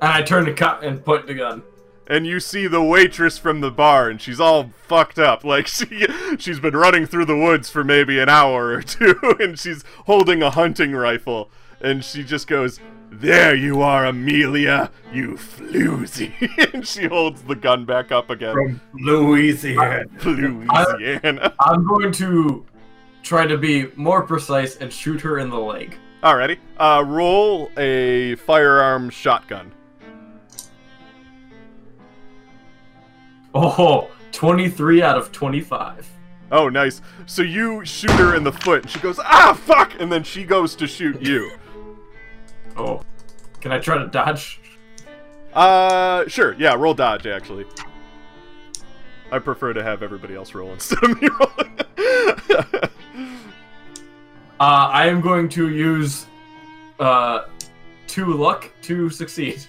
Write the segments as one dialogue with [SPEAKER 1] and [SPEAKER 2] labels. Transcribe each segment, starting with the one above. [SPEAKER 1] And I turn to Cut and point the gun.
[SPEAKER 2] and you see the waitress from the bar and she's all fucked up like she she's been running through the woods for maybe an hour or two and she's holding a hunting rifle and she just goes there you are amelia you floozy and she holds the gun back up again
[SPEAKER 3] From Louisiana.
[SPEAKER 2] louisiana
[SPEAKER 1] I'm going to try to be more precise and shoot her in the leg.
[SPEAKER 2] alrighty uh roll a firearm shotgun
[SPEAKER 1] Oh, 23 out of 25.
[SPEAKER 2] Oh, nice. So you shoot her in the foot, and she goes, ah, fuck! And then she goes to shoot you.
[SPEAKER 1] Oh. Can I try to dodge?
[SPEAKER 2] Uh, sure. Yeah, roll dodge actually. I prefer to have everybody else roll instead of me rolling.
[SPEAKER 1] Uh, I am going to use uh, two luck to succeed.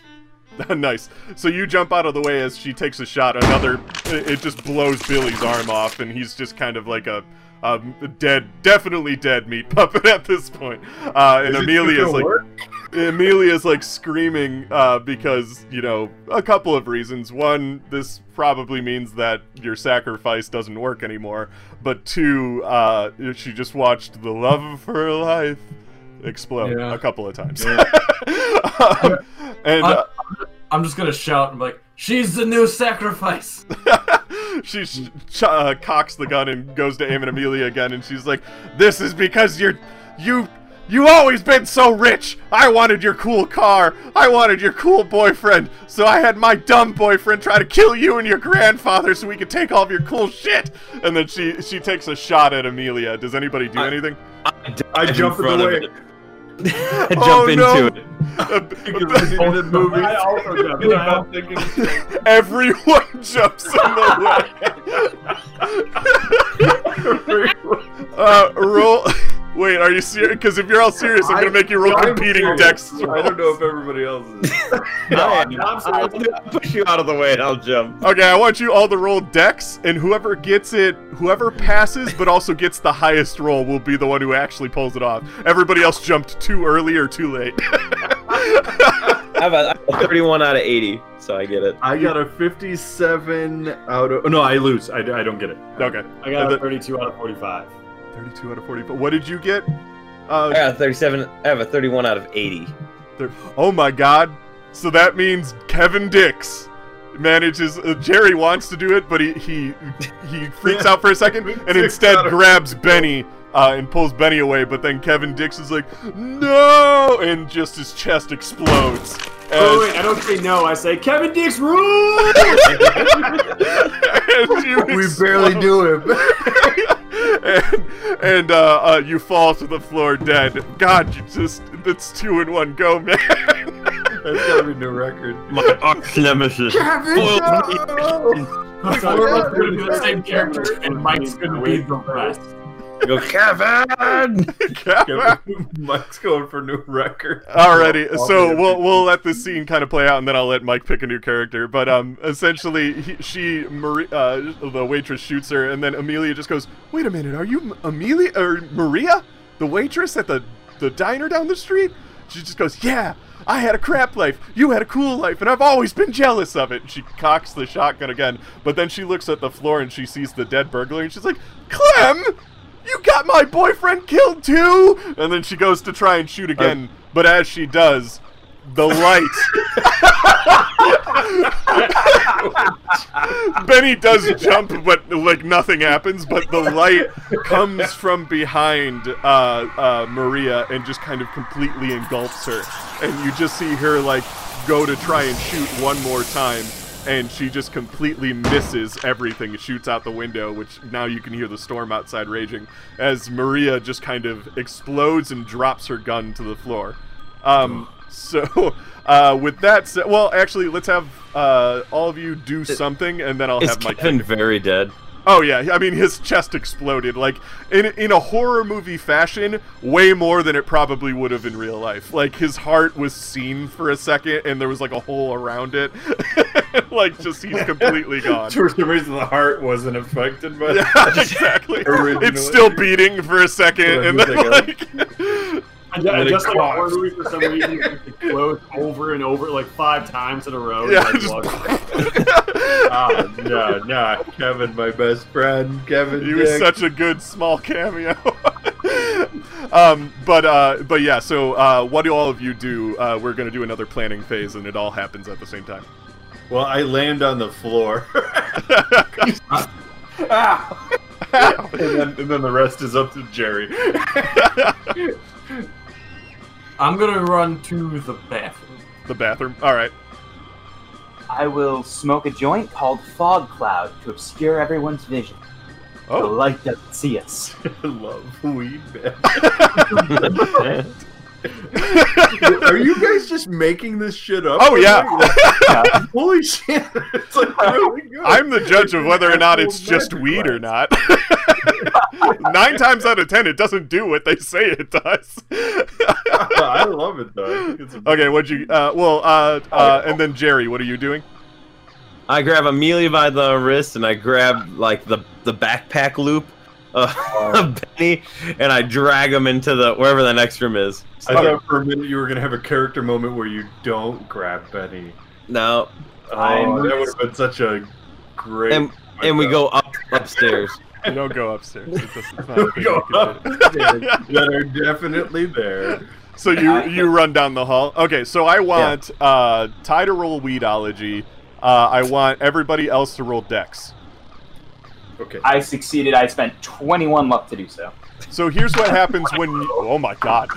[SPEAKER 2] nice. So you jump out of the way as she takes a shot. Another, it it just blows Billy's arm off, and he's just kind of like a, a dead, definitely dead meat puppet at this point. Uh, and
[SPEAKER 3] Is it
[SPEAKER 2] Amelia's
[SPEAKER 3] gonna
[SPEAKER 2] like,
[SPEAKER 3] work?
[SPEAKER 2] Amelia's like screaming uh, because you know a couple of reasons. One, this probably means that your sacrifice doesn't work anymore. But two, uh, she just watched the love of her life explode
[SPEAKER 1] Yeah.
[SPEAKER 2] a couple of times.
[SPEAKER 1] Yeah.
[SPEAKER 2] Um, and
[SPEAKER 1] I'm,
[SPEAKER 2] uh,
[SPEAKER 1] I'm just gonna shout and be like, "She's the new sacrifice."
[SPEAKER 2] she sh- ch- uh, cocks the gun and goes to aim at Amelia again, and she's like, "This is because you're you." You always been so rich. I wanted your cool car. I wanted your cool boyfriend. So I had my dumb boyfriend try to kill you and your grandfather so we could take all of your cool shit. And then she she takes a shot at Amelia. Does anybody do
[SPEAKER 4] I-
[SPEAKER 2] anything?
[SPEAKER 3] I
[SPEAKER 4] in
[SPEAKER 3] jump in
[SPEAKER 4] front
[SPEAKER 3] the
[SPEAKER 4] of
[SPEAKER 3] way.
[SPEAKER 4] it. I jump
[SPEAKER 2] Oh,
[SPEAKER 4] into
[SPEAKER 2] no.
[SPEAKER 4] it.
[SPEAKER 1] Oh,
[SPEAKER 3] I also jump. and I'm thinking,
[SPEAKER 2] Everyone jumps in the way. Uh, roll. Wait, are you serious? Because if you're all serious, I'm gonna make you roll
[SPEAKER 3] I'm
[SPEAKER 2] competing
[SPEAKER 3] serious.
[SPEAKER 2] dex.
[SPEAKER 3] I don't know if everybody else is.
[SPEAKER 4] No,
[SPEAKER 3] No, I'm
[SPEAKER 4] I'll
[SPEAKER 3] sorry.
[SPEAKER 4] push you out of the way and I'll jump.
[SPEAKER 2] Okay, I want you all to roll dex, and whoever gets it, whoever passes but also gets the highest roll will be the one who actually pulls it off. Everybody else jumped too early or too late.
[SPEAKER 4] I have a, I have a 31 out of 80, so I get it.
[SPEAKER 3] I got a 57 out of. No, I lose. I, I don't get it.
[SPEAKER 2] okay.
[SPEAKER 5] I got
[SPEAKER 2] The-
[SPEAKER 5] a 32 out of 45.
[SPEAKER 2] 32 out of 40. But what did you get?
[SPEAKER 4] I
[SPEAKER 2] Uh,
[SPEAKER 4] got a 37. I have a 31 out of 80.
[SPEAKER 2] thir- oh my god. So that means Kevin Dix manages. Uh, Jerry wants to do it, but he he, he freaks out for a second and
[SPEAKER 3] Dix
[SPEAKER 2] instead
[SPEAKER 3] got it.
[SPEAKER 2] grabs Benny. Uh, and pulls Benny away, but then Kevin Dix is like, "No!" and just his chest explodes. as-
[SPEAKER 5] Oh, wait, I don't say no. I say Kevin Dix rules!
[SPEAKER 2] and you
[SPEAKER 3] We
[SPEAKER 2] explode.
[SPEAKER 3] barely do it.
[SPEAKER 2] and and uh, uh, you fall to the floor dead. God, you just it's two in one go, man.
[SPEAKER 3] That's gotta be new record.
[SPEAKER 4] My arch nemesis.
[SPEAKER 1] So I'm gonna be the same character, and Mike's gonna be the rest.
[SPEAKER 4] Go, Kevin!
[SPEAKER 3] Mike's going for new record.
[SPEAKER 2] Alrighty, so we'll we'll let this scene kind of play out, and then I'll let Mike pick a new character. But um, essentially, he, she Marie, uh, the waitress shoots her, and then Amelia just goes, "Wait a minute, are you M- Amelia or Maria, the waitress at the the diner down the street?" She just goes, "Yeah, I had a crap life, you had a cool life, and I've always been jealous of it." And she cocks the shotgun again, but then she looks at the floor and she sees the dead burglar, and she's like, "Clem." You got my boyfriend killed too! And then she goes to try and shoot again, but as she does, the light. Benny does jump, but like nothing happens. But the light comes from behind uh, uh, Maria and just kind of completely engulfs her. And you just see her like go to try and shoot one more time. And she just completely misses everything. Shoots out the window, which now you can hear the storm outside raging as Maria just kind of explodes and drops her gun to the floor. Um, so, uh, with that said, well, actually, let's have uh, all of you do something, and then I'll
[SPEAKER 4] Is
[SPEAKER 2] have my.
[SPEAKER 4] Kevin very dead?
[SPEAKER 2] Oh yeah, I mean his chest exploded like in in a horror movie fashion, way more than it probably would have in real life. Like his heart was seen for a second, and there was like a hole around it. like just he's completely gone.
[SPEAKER 3] For some reason, the heart wasn't affected by
[SPEAKER 2] Yeah, exactly.
[SPEAKER 3] Originally.
[SPEAKER 2] It's still beating for a second,
[SPEAKER 3] Yeah,
[SPEAKER 2] and
[SPEAKER 3] who's
[SPEAKER 2] then
[SPEAKER 3] that
[SPEAKER 2] like,
[SPEAKER 5] I ju- I
[SPEAKER 2] And it
[SPEAKER 5] just like
[SPEAKER 2] clogs.
[SPEAKER 5] ornery for some reason it floats over and over like five times in a row.
[SPEAKER 2] Yeah,
[SPEAKER 5] Like, Ah,
[SPEAKER 2] just-
[SPEAKER 5] look.
[SPEAKER 3] Oh, no, no, Kevin, my best friend, Kevin.
[SPEAKER 2] You were
[SPEAKER 3] Dick.
[SPEAKER 2] such a good small cameo. um, but uh, but yeah. So uh, what do all of you do? Uh, we're gonna do another planning phase, and it all happens at the same time.
[SPEAKER 3] Well, I land on the floor. Ah! and, then, and then the rest is up to Jerry.
[SPEAKER 1] I'm gonna run to the bathroom.
[SPEAKER 2] the bathroom. All right.
[SPEAKER 6] I will smoke a joint called Fog Cloud to obscure everyone's vision. The
[SPEAKER 2] Oh,
[SPEAKER 6] light doesn't see us.
[SPEAKER 3] Love weed. man. Are you guys just making this shit up?
[SPEAKER 2] Oh, yeah.
[SPEAKER 3] Like, Holy shit! It's like really good.
[SPEAKER 2] I'm the judge of whether or not it's just weed or not. Nine times out of ten, it doesn't do what they say it does.
[SPEAKER 3] I love it though. I think it's
[SPEAKER 2] okay, what'd you? Uh, well, uh, uh, and then Jerry, what are you doing?
[SPEAKER 4] I grab Amelia by the wrist and I grab like the the backpack loop of
[SPEAKER 3] Uh.
[SPEAKER 4] Benny and I drag him into the wherever the next room is.
[SPEAKER 3] I thought for a minute you were gonna have a character moment where you don't grab Benny.
[SPEAKER 4] No,
[SPEAKER 3] Oh, that would have been such a great.
[SPEAKER 4] and and we go up upstairs.
[SPEAKER 2] You don't go upstairs. It doesn't- it's not a thing
[SPEAKER 3] Go
[SPEAKER 2] you can do.
[SPEAKER 3] that are definitely there.
[SPEAKER 2] So you you run down the hall. Okay, so I want uh, Ty to roll weedology. Uh, I want everybody else to roll dex.
[SPEAKER 3] Okay.
[SPEAKER 6] I succeeded. I spent 21 luck to do so.
[SPEAKER 2] So here's what happens when you. Oh my god.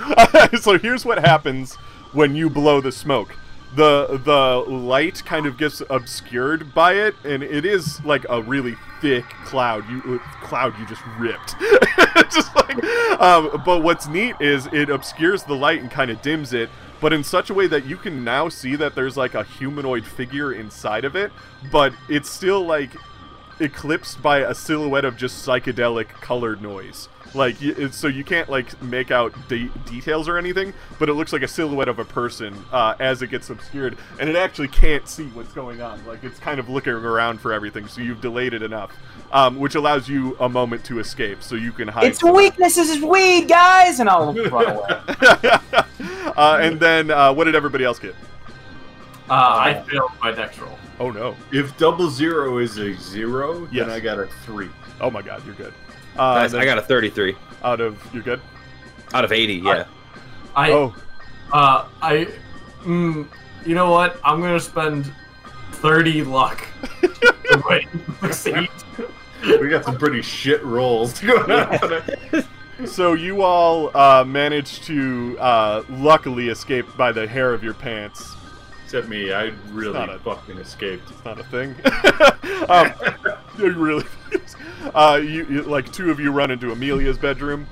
[SPEAKER 2] so here's what happens when you blow the smoke. The the light kind of gets obscured by it, and it is like a really thick cloud. You uh, cloud you just ripped. just like. Um, but what's neat is it obscures the light and kind of dims it. But in such a way that you can now see that there's like a humanoid figure inside of it, but it's still like eclipsed by a silhouette of just psychedelic color noise. Like y- it's, so you can't like make out de- details or anything, but it looks like a silhouette of a person uh, as it gets obscured, and it actually can't see what's going on. Like it's kind of looking around for everything, so you've delayed it enough, um, which allows you a moment to escape, so you can hide.
[SPEAKER 6] Its weaknesses is weed, guys, and I'll run away.
[SPEAKER 2] uh, and then uh, what did everybody else get?
[SPEAKER 1] Uh, I failed my dex roll.
[SPEAKER 2] Oh no!
[SPEAKER 3] If double zero is a zero,
[SPEAKER 2] Yes.
[SPEAKER 3] then I got a three.
[SPEAKER 2] Oh my God! You're good. Uh,
[SPEAKER 4] Guys,
[SPEAKER 2] then
[SPEAKER 4] I got a 33
[SPEAKER 2] out of you're good.
[SPEAKER 4] out of 80. Yeah.
[SPEAKER 1] I
[SPEAKER 2] oh,
[SPEAKER 1] Uh, I, mm, you know what? I'm gonna spend thirty luck. to wait, succeed.
[SPEAKER 3] We got some pretty shit rolls going on. today.
[SPEAKER 2] So you all uh, managed to uh, luckily escape by the hair of your pants.
[SPEAKER 3] Except me, I really
[SPEAKER 2] Not a-
[SPEAKER 3] fucking escaped.
[SPEAKER 2] It's not a thing. um, you really. Uh, you, you like two of you run into Amelia's bedroom,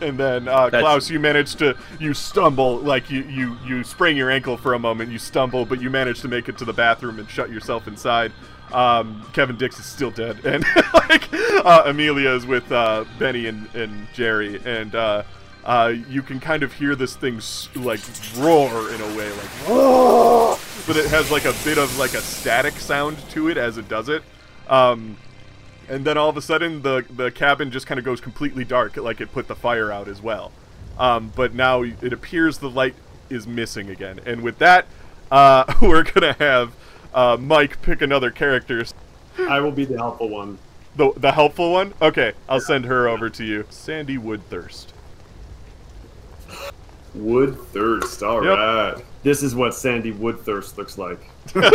[SPEAKER 2] and then uh,
[SPEAKER 4] That's-
[SPEAKER 2] Klaus, you manage to you stumble like you you you sprain your ankle for a moment. You stumble, but you manage to make it to the bathroom and shut yourself inside. Um, Kevin Dix is still dead, and like uh, Amelia is with uh, Benny and, and Jerry, and uh, uh, you can kind of hear this thing s- like roar in a way, like "Roar!" but it has like a bit of like a static sound to it as it does it. Um, and then all of a sudden, the the cabin just kind of goes completely dark, like it put the fire out as well. Um, but now it appears the light is missing again, and with that, uh, we're gonna have uh, Mike pick another character.
[SPEAKER 5] I will be the helpful one.
[SPEAKER 2] The the helpful one. Okay, I'll send her over to you, Sandy Woodthirst.
[SPEAKER 5] Wood thirst. All
[SPEAKER 2] Yep.
[SPEAKER 5] right. This is what Sandy Wood thirst looks like.
[SPEAKER 4] She's not,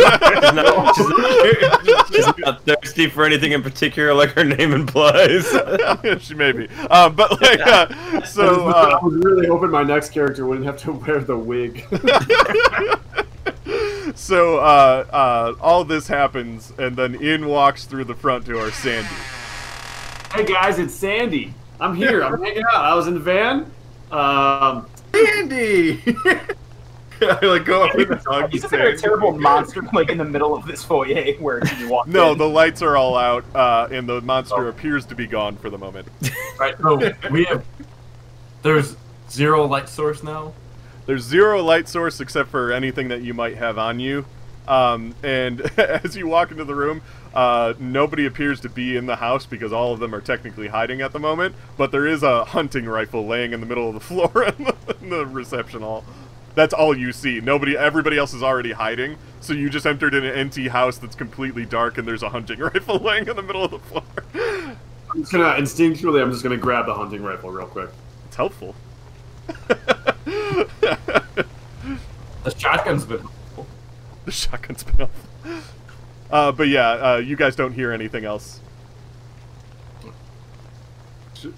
[SPEAKER 4] she's not- she's not thirsty for anything in particular, like her name implies.
[SPEAKER 2] she may be, um, but like uh, so. Uh,
[SPEAKER 5] I was really hoping my next character wouldn't have to wear the wig.
[SPEAKER 2] so uh, uh, all this happens, and then in walks through the front door Sandy.
[SPEAKER 5] hey guys, it's Sandy. I'm here. I'm hanging out. I was in the van. Um,
[SPEAKER 3] Andy! I like go up with the dog.
[SPEAKER 6] Isn't there a terrible monster like in the middle of this foyer where you walk
[SPEAKER 2] No,
[SPEAKER 6] in?
[SPEAKER 2] the lights are all out, uh, and the monster appears to be gone for the moment.
[SPEAKER 1] Right. So we have. There's zero light source now.
[SPEAKER 2] There's zero light source except for anything that you might have on you. Um, and as you walk into the room, uh, nobody appears to be in the house because all of them are technically hiding at the moment. But there is a hunting rifle laying in the middle of the floor in the, in the reception hall. That's all you see. Nobody, everybody else is already hiding. So you just entered an empty house that's completely dark, and there's a hunting rifle laying in the middle of the floor.
[SPEAKER 5] I'm just gonna instinctually. I'm just gonna grab the hunting rifle real quick.
[SPEAKER 2] It's helpful.
[SPEAKER 1] The shotgun's been.
[SPEAKER 2] The shotgun's been off. Uh, but yeah, uh, you guys don't hear anything else.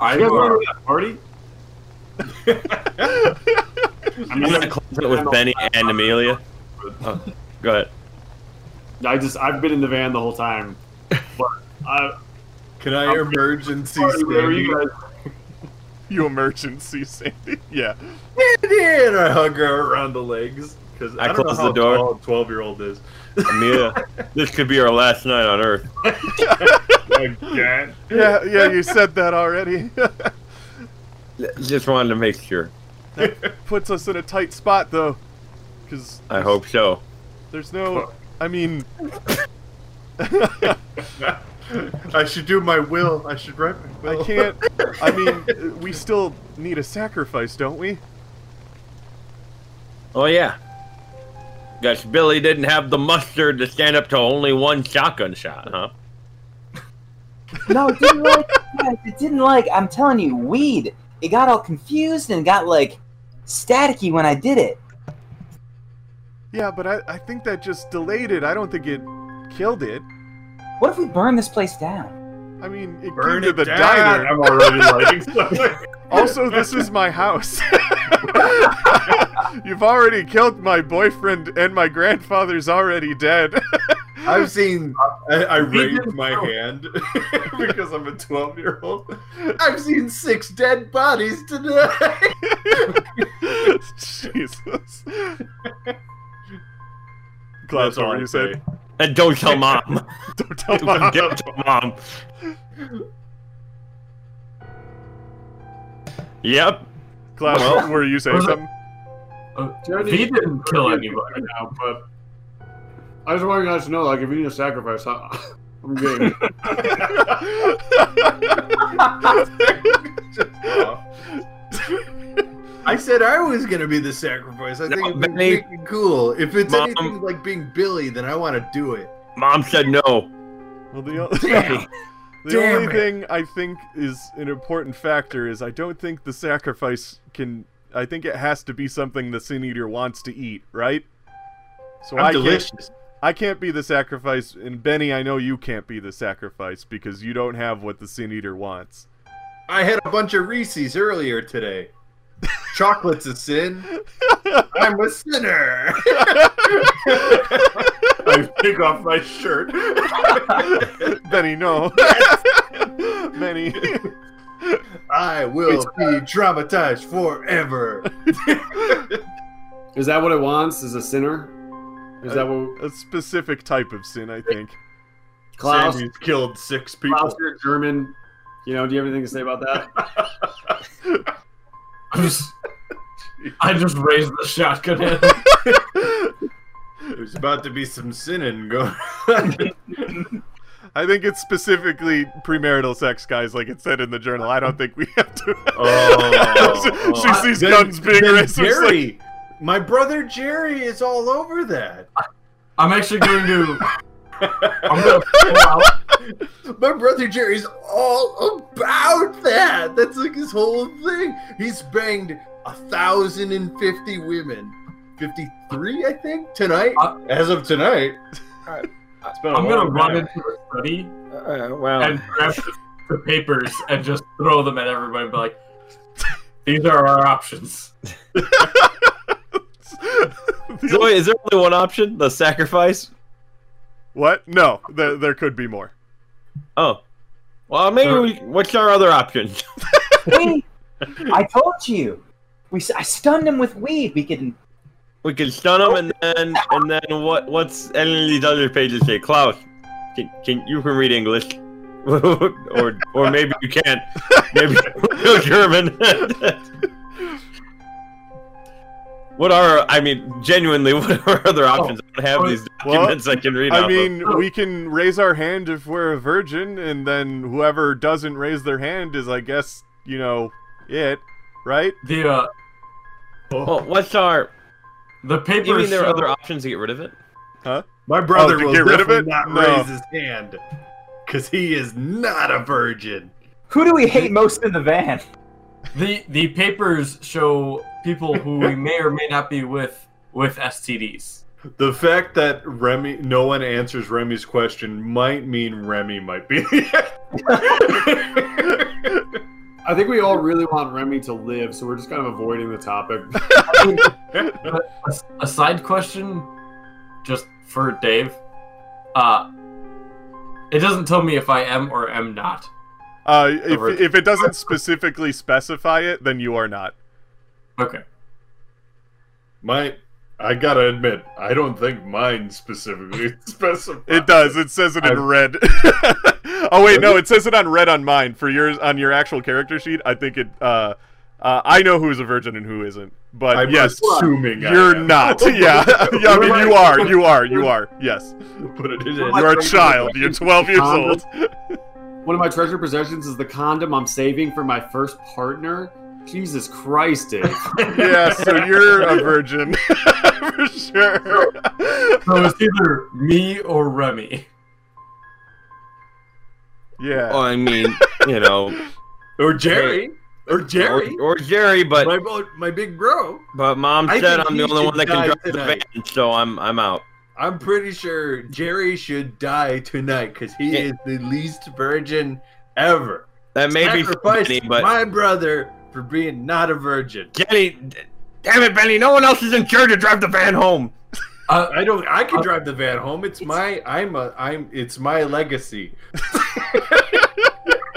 [SPEAKER 1] I
[SPEAKER 5] You guys
[SPEAKER 1] uh,
[SPEAKER 5] remember that party? I
[SPEAKER 4] I'm gonna close it with Benny and Amelia. Oh, go ahead.
[SPEAKER 5] I just I've been in the van the whole time, but I,
[SPEAKER 3] Can I
[SPEAKER 2] Um,
[SPEAKER 3] emergency
[SPEAKER 5] party where
[SPEAKER 3] Sandy?
[SPEAKER 5] you guys
[SPEAKER 2] You emergency, Sandy. Yeah.
[SPEAKER 3] And I hug her around the legs because
[SPEAKER 4] I
[SPEAKER 3] I, don't know
[SPEAKER 4] close the
[SPEAKER 3] how
[SPEAKER 4] door.
[SPEAKER 3] tall a twelve-year-old is.
[SPEAKER 4] Amelia, this could be our last night on Earth.
[SPEAKER 3] Again.
[SPEAKER 2] Yeah, yeah, you said that already.
[SPEAKER 4] Just wanted to make sure.
[SPEAKER 2] Puts us in a tight spot, though. Because
[SPEAKER 4] I hope so.
[SPEAKER 2] there's no. I mean.
[SPEAKER 3] I should do my will. I should write my will.
[SPEAKER 2] I can't. I mean, we still need a sacrifice, don't we?
[SPEAKER 4] Oh yeah. Guess Billy didn't have the mustard to stand up to only one shotgun shot, huh?
[SPEAKER 6] No, it didn't like. guys, it didn't like. I'm telling you, weed. It got all confused and got like staticky when I did it.
[SPEAKER 2] Yeah, but I, I think that just delayed it. I don't think it killed it.
[SPEAKER 6] What if we burn this place down?
[SPEAKER 2] I mean, it
[SPEAKER 3] Burn
[SPEAKER 2] came to the
[SPEAKER 3] it down.
[SPEAKER 2] diner.
[SPEAKER 3] I'm already liking stuff.
[SPEAKER 2] Also, this is my house. You've already killed my boyfriend, and my grandfather's already dead.
[SPEAKER 3] I've seen. I, I raised
[SPEAKER 5] didn't
[SPEAKER 3] my
[SPEAKER 5] know.
[SPEAKER 3] hand because I'm a 12 year old. I've seen six dead bodies today.
[SPEAKER 2] Jesus. Clouds, what you said?
[SPEAKER 4] And don't tell mom.
[SPEAKER 2] Don't tell mom.
[SPEAKER 4] don't tell mom. Yep.
[SPEAKER 2] Clouds,
[SPEAKER 4] Well-
[SPEAKER 2] were you saying
[SPEAKER 1] Was it-
[SPEAKER 2] something?
[SPEAKER 1] Uh,
[SPEAKER 5] Jody-
[SPEAKER 1] he didn't kill
[SPEAKER 5] Jody,
[SPEAKER 1] anybody.
[SPEAKER 5] right now, but I just want you guys to know, like, if you need a sacrifice, I, I'm game.
[SPEAKER 3] I said I was gonna be the sacrifice. I think
[SPEAKER 4] No,
[SPEAKER 3] it'd be
[SPEAKER 4] Benny.
[SPEAKER 3] freaking cool. If it's
[SPEAKER 4] Mom.
[SPEAKER 3] anything like being Billy, then I want to do it.
[SPEAKER 4] Mom said no.
[SPEAKER 2] Well, the, o-
[SPEAKER 3] Damn.
[SPEAKER 2] the
[SPEAKER 3] Damn
[SPEAKER 2] only
[SPEAKER 3] it.
[SPEAKER 2] thing I think is an important factor is I don't think the sacrifice can. I think it has to be something the Sin Eater wants to eat, right? So
[SPEAKER 3] I'm
[SPEAKER 2] I can't,
[SPEAKER 3] delicious.
[SPEAKER 2] I can't be the sacrifice, and Benny, I know you can't be the sacrifice because you don't have what the Sin Eater wants.
[SPEAKER 3] I had a bunch of Reese's earlier today. Chocolate's a sin. I'm a sinner. I take off my shirt.
[SPEAKER 2] Benny, no. Benny.
[SPEAKER 3] I will be traumatized forever.
[SPEAKER 5] Is that what it wants? Is a sinner? Is that what
[SPEAKER 2] A specific type of sin, I think.
[SPEAKER 5] Klaus?
[SPEAKER 3] Sandy's killed six
[SPEAKER 5] Klaus,
[SPEAKER 3] people.
[SPEAKER 5] you're German. You know, do you have anything to say about that?
[SPEAKER 1] I'm just- I just raised the shotgun. Hand.
[SPEAKER 3] There's about to be some sinning going on.
[SPEAKER 2] I think it's specifically premarital sex, guys, like it said in the journal. I don't think we have to.
[SPEAKER 3] Oh.
[SPEAKER 2] she, she sees guns being
[SPEAKER 3] then
[SPEAKER 2] raised. it's like-
[SPEAKER 3] Jerry, my brother Jerry is all over that.
[SPEAKER 1] I'm actually going to. I'm gonna pull out.
[SPEAKER 3] My brother Jerry's all about that. That's like his whole thing. He's banged a thousand and fifty women. Fifty-three, I think, tonight.
[SPEAKER 1] Uh,
[SPEAKER 3] As of tonight. It's been a
[SPEAKER 1] I'm
[SPEAKER 5] Oh,
[SPEAKER 1] gonna
[SPEAKER 3] long
[SPEAKER 1] run
[SPEAKER 3] time.
[SPEAKER 1] into the study
[SPEAKER 4] Uh, well,
[SPEAKER 1] and grab the, the papers and just throw them at everybody. And be like, these are our options.
[SPEAKER 2] The
[SPEAKER 4] so wait, is there only one option? The sacrifice?
[SPEAKER 2] What? No, there, there could be more.
[SPEAKER 4] Oh. Well, maybe
[SPEAKER 1] Sure.
[SPEAKER 4] we. What's our other option?
[SPEAKER 6] Weed. I told you. We s- I stunned him with weed. We can.
[SPEAKER 4] We can stun him, and then and then what? What's any of these other pages say? Klaus, can, can you can read English, or or maybe you can't. Maybe you know German. What are I mean, genuinely, what are other options? I don't
[SPEAKER 3] Oh,
[SPEAKER 4] have these
[SPEAKER 2] Well,
[SPEAKER 4] documents I can read. off
[SPEAKER 2] I
[SPEAKER 4] of.
[SPEAKER 2] mean, we can raise our hand if we're a virgin, and then whoever doesn't raise their hand is, I guess, you know, it, right?
[SPEAKER 1] The uh,
[SPEAKER 4] well, what's our?
[SPEAKER 1] the papers.
[SPEAKER 4] You mean there are
[SPEAKER 1] show-
[SPEAKER 4] other options to get rid of it?
[SPEAKER 3] My brother
[SPEAKER 2] Oh, to
[SPEAKER 3] will
[SPEAKER 2] get rid of
[SPEAKER 3] definitely
[SPEAKER 2] it?
[SPEAKER 3] not
[SPEAKER 2] No.
[SPEAKER 3] raise his hand because he is not a virgin.
[SPEAKER 6] Who do we hate most in the van?
[SPEAKER 1] The the papers show people who we may or may not be with with STDs.
[SPEAKER 3] The fact that Remy, no one answers Remy's question, might mean Remy might be.
[SPEAKER 5] I think we all really want Remy to live, so we're just kind of avoiding the topic.
[SPEAKER 1] A, a side question, just for Dave. Uh, it doesn't tell me if I am or am not.
[SPEAKER 2] Uh,
[SPEAKER 1] virgin.
[SPEAKER 2] if, if it doesn't specifically specify it, then you are not.
[SPEAKER 1] Okay.
[SPEAKER 3] My, I gotta admit, I don't think mine specifically specifies.
[SPEAKER 2] It does. It says it in
[SPEAKER 3] I-
[SPEAKER 2] red. oh wait, no, it says it on red on mine. For yours on your actual character sheet, I think it. Uh, uh, I know who's a virgin and who isn't. But
[SPEAKER 3] I'm
[SPEAKER 2] yes,
[SPEAKER 3] assuming I
[SPEAKER 2] you're
[SPEAKER 3] am.
[SPEAKER 2] not. yeah, yeah. I mean, you are. You are. You are. Yes,
[SPEAKER 3] Put it in.
[SPEAKER 5] Like,
[SPEAKER 2] you're a child. You're 12 years old.
[SPEAKER 5] One of my treasure possessions is the condom I'm saving for my first partner. Jesus Christ, Dave.
[SPEAKER 2] Yeah, so you're a virgin for sure.
[SPEAKER 1] So it's either me or Remy.
[SPEAKER 4] Well,
[SPEAKER 2] Yeah.
[SPEAKER 4] I mean, you know,
[SPEAKER 3] or Jerry, or Jerry,
[SPEAKER 4] or, or Jerry, but
[SPEAKER 3] my bo- my big bro.
[SPEAKER 4] but mom
[SPEAKER 3] I
[SPEAKER 4] said
[SPEAKER 3] think
[SPEAKER 4] I'm
[SPEAKER 3] he
[SPEAKER 4] the only
[SPEAKER 3] should
[SPEAKER 4] one that can
[SPEAKER 3] die
[SPEAKER 4] drive the
[SPEAKER 3] tonight.
[SPEAKER 4] van, so I'm I'm out.
[SPEAKER 3] I'm pretty sure Jerry should die tonight because he
[SPEAKER 4] Yeah.
[SPEAKER 3] is the least virgin ever.
[SPEAKER 4] That may be for
[SPEAKER 3] Sacrificed
[SPEAKER 4] Benny, but
[SPEAKER 3] my brother for being not a virgin.
[SPEAKER 4] Benny, damn it, Benny, no one else is insured to drive the van home.
[SPEAKER 1] Uh,
[SPEAKER 3] I don't. I can drive the van home. It's my. I'm a. I'm. It's my legacy.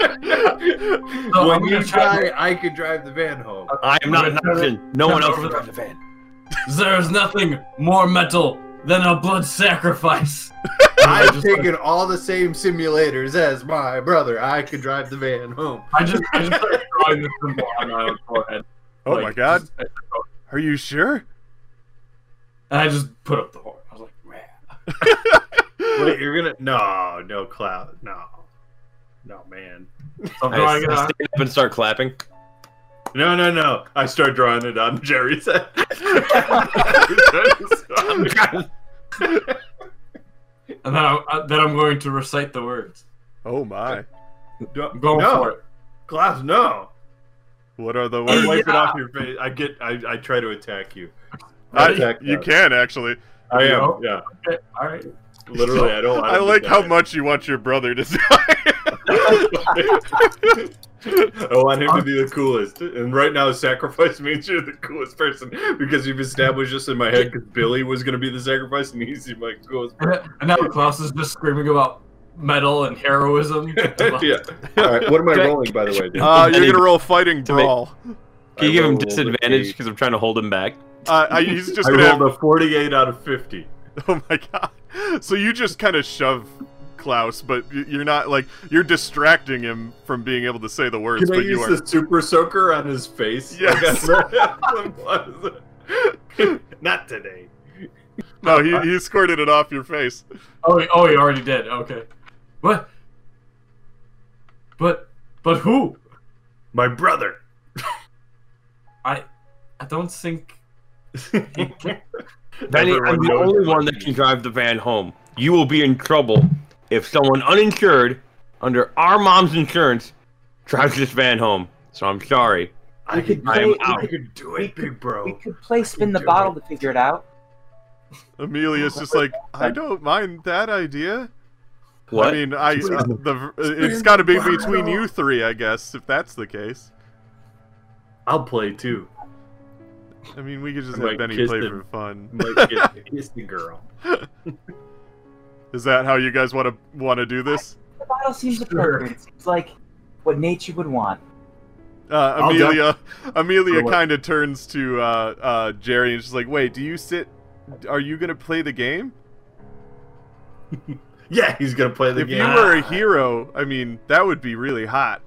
[SPEAKER 1] Oh, I'm
[SPEAKER 3] when
[SPEAKER 1] gonna
[SPEAKER 3] you
[SPEAKER 1] try-
[SPEAKER 3] die, I can drive the van home.
[SPEAKER 1] Uh,
[SPEAKER 4] I am not an option. No one else will drive the van.
[SPEAKER 1] there is nothing more metal than a blood sacrifice.
[SPEAKER 3] I've taken all the same simulators as my brother. I could drive the van home.
[SPEAKER 1] I just I just started drawing the symbol on my own forehead.
[SPEAKER 2] Oh
[SPEAKER 1] Like,
[SPEAKER 2] my god.
[SPEAKER 1] just- And
[SPEAKER 2] Are you sure?
[SPEAKER 1] I just put up the horn. I was like, man.
[SPEAKER 3] Wait, you're gonna? No, no, Cloud, no, no, man,
[SPEAKER 1] So I'm
[SPEAKER 4] I,
[SPEAKER 1] drawing it
[SPEAKER 4] I
[SPEAKER 1] on.
[SPEAKER 4] stand up and start clapping.
[SPEAKER 3] no, no, no. I start drawing it on Jerry's head.
[SPEAKER 1] And then, I, uh, then I'm going to recite the words.
[SPEAKER 2] Oh my.
[SPEAKER 1] I'm going
[SPEAKER 3] no,
[SPEAKER 1] for it.
[SPEAKER 3] Cloud, no.
[SPEAKER 2] What are the
[SPEAKER 3] I
[SPEAKER 2] words?
[SPEAKER 3] wipe it
[SPEAKER 1] Yeah.
[SPEAKER 3] off your face. I get. I, I try to attack you.
[SPEAKER 2] I,
[SPEAKER 3] Attack
[SPEAKER 2] you
[SPEAKER 3] that.
[SPEAKER 2] can actually.
[SPEAKER 3] I am.
[SPEAKER 1] No.
[SPEAKER 3] Yeah.
[SPEAKER 1] Okay, all right.
[SPEAKER 3] Literally, I don't.
[SPEAKER 2] I like how much you want your brother to die.
[SPEAKER 3] I want him to be the coolest. And right now, sacrifice means you're the coolest person because you've established this in my head because Billy was going to be the sacrifice and he's my coolest
[SPEAKER 1] And, and now Klaus is just screaming about metal and heroism.
[SPEAKER 3] yeah. All right. What am I rolling, by the way? dude?
[SPEAKER 2] uh, you're gonna roll fighting
[SPEAKER 4] To me.
[SPEAKER 2] brawl.
[SPEAKER 4] Can you
[SPEAKER 3] I
[SPEAKER 4] give him
[SPEAKER 3] rolled a
[SPEAKER 4] disadvantage
[SPEAKER 3] eight.
[SPEAKER 4] because I'm trying to hold him back?
[SPEAKER 2] Uh, I, he's just
[SPEAKER 3] I
[SPEAKER 2] gonna. Have,
[SPEAKER 3] rolled a 48 out of 50.
[SPEAKER 2] oh my god! So you just kind of shove Klaus, but y- you're not like you're distracting him from being able to say the words.
[SPEAKER 3] Can I
[SPEAKER 2] but you
[SPEAKER 3] use
[SPEAKER 2] are.
[SPEAKER 3] the super soaker on his face?
[SPEAKER 2] Yes.
[SPEAKER 3] Like, that's- Not today.
[SPEAKER 2] No, he, he squirted it off your face.
[SPEAKER 1] Oh, he- oh, he already did. Okay. What? But, but who?
[SPEAKER 3] My brother.
[SPEAKER 1] I, I don't think.
[SPEAKER 4] Benny, I'm
[SPEAKER 3] Everyone
[SPEAKER 4] the
[SPEAKER 3] knows
[SPEAKER 4] only
[SPEAKER 3] that.
[SPEAKER 4] one that can drive the van home. You will be in trouble if someone uninsured, under our mom's insurance, drives this van home. So I'm sorry.
[SPEAKER 3] I could,
[SPEAKER 4] I am
[SPEAKER 3] do it.
[SPEAKER 4] out.
[SPEAKER 3] I could do it, big
[SPEAKER 6] We
[SPEAKER 3] bro.
[SPEAKER 6] could play spin the
[SPEAKER 3] do
[SPEAKER 6] bottle to figure it out.
[SPEAKER 2] Amelia's just like, I don't mind that idea. I
[SPEAKER 4] What?
[SPEAKER 2] mean, I uh, the it's got to be between you three, I guess, if that's the case.
[SPEAKER 3] I'll play too.
[SPEAKER 2] I mean, we could just
[SPEAKER 3] I
[SPEAKER 2] have
[SPEAKER 3] might
[SPEAKER 2] Benny
[SPEAKER 3] kiss
[SPEAKER 2] play
[SPEAKER 3] him.
[SPEAKER 2] for fun.
[SPEAKER 3] Might get kiss the girl.
[SPEAKER 2] Is that how you guys want to want to do this?
[SPEAKER 6] The bottle seems
[SPEAKER 1] Sure.
[SPEAKER 6] appropriate. It seems like what nature would want.
[SPEAKER 2] Uh,
[SPEAKER 3] I'll def-
[SPEAKER 2] Amelia, Amelia
[SPEAKER 3] Or what?
[SPEAKER 2] kind of turns to uh, uh, Jerry and she's like, "Wait, do you sit? Are you gonna play the game?
[SPEAKER 3] Yeah, he's gonna play the
[SPEAKER 2] if
[SPEAKER 3] game.
[SPEAKER 2] you were a hero, I mean, that would be really hot."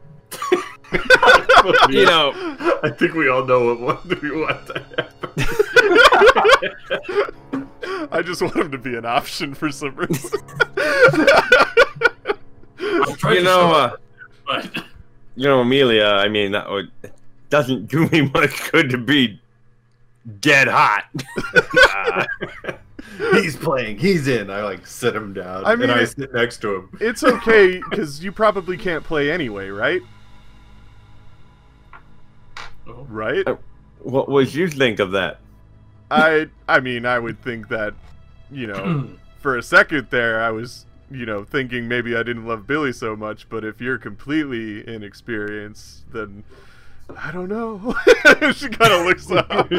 [SPEAKER 4] you know,
[SPEAKER 1] I think we all know what one we want to happen.
[SPEAKER 2] I just want him to be an option for some reason.
[SPEAKER 1] I'm trying
[SPEAKER 4] you
[SPEAKER 1] to
[SPEAKER 4] know,
[SPEAKER 1] show
[SPEAKER 4] uh,
[SPEAKER 1] but
[SPEAKER 4] you know, Amelia. I mean, that would doesn't do me much good to be dead hot. Uh,
[SPEAKER 3] He's playing. He's in. I like sit him down,
[SPEAKER 2] I mean,
[SPEAKER 3] and I
[SPEAKER 2] it-
[SPEAKER 3] sit next to him.
[SPEAKER 2] it's okay because you probably can't play anyway, right?
[SPEAKER 1] Oh.
[SPEAKER 2] Right?
[SPEAKER 4] what would you think of that?
[SPEAKER 2] I I mean, I would think that, you know, for a second there, I was, you know, thinking maybe I didn't love Billy so much, but if you're completely inexperienced, then I don't know. she kind of looks up.
[SPEAKER 3] You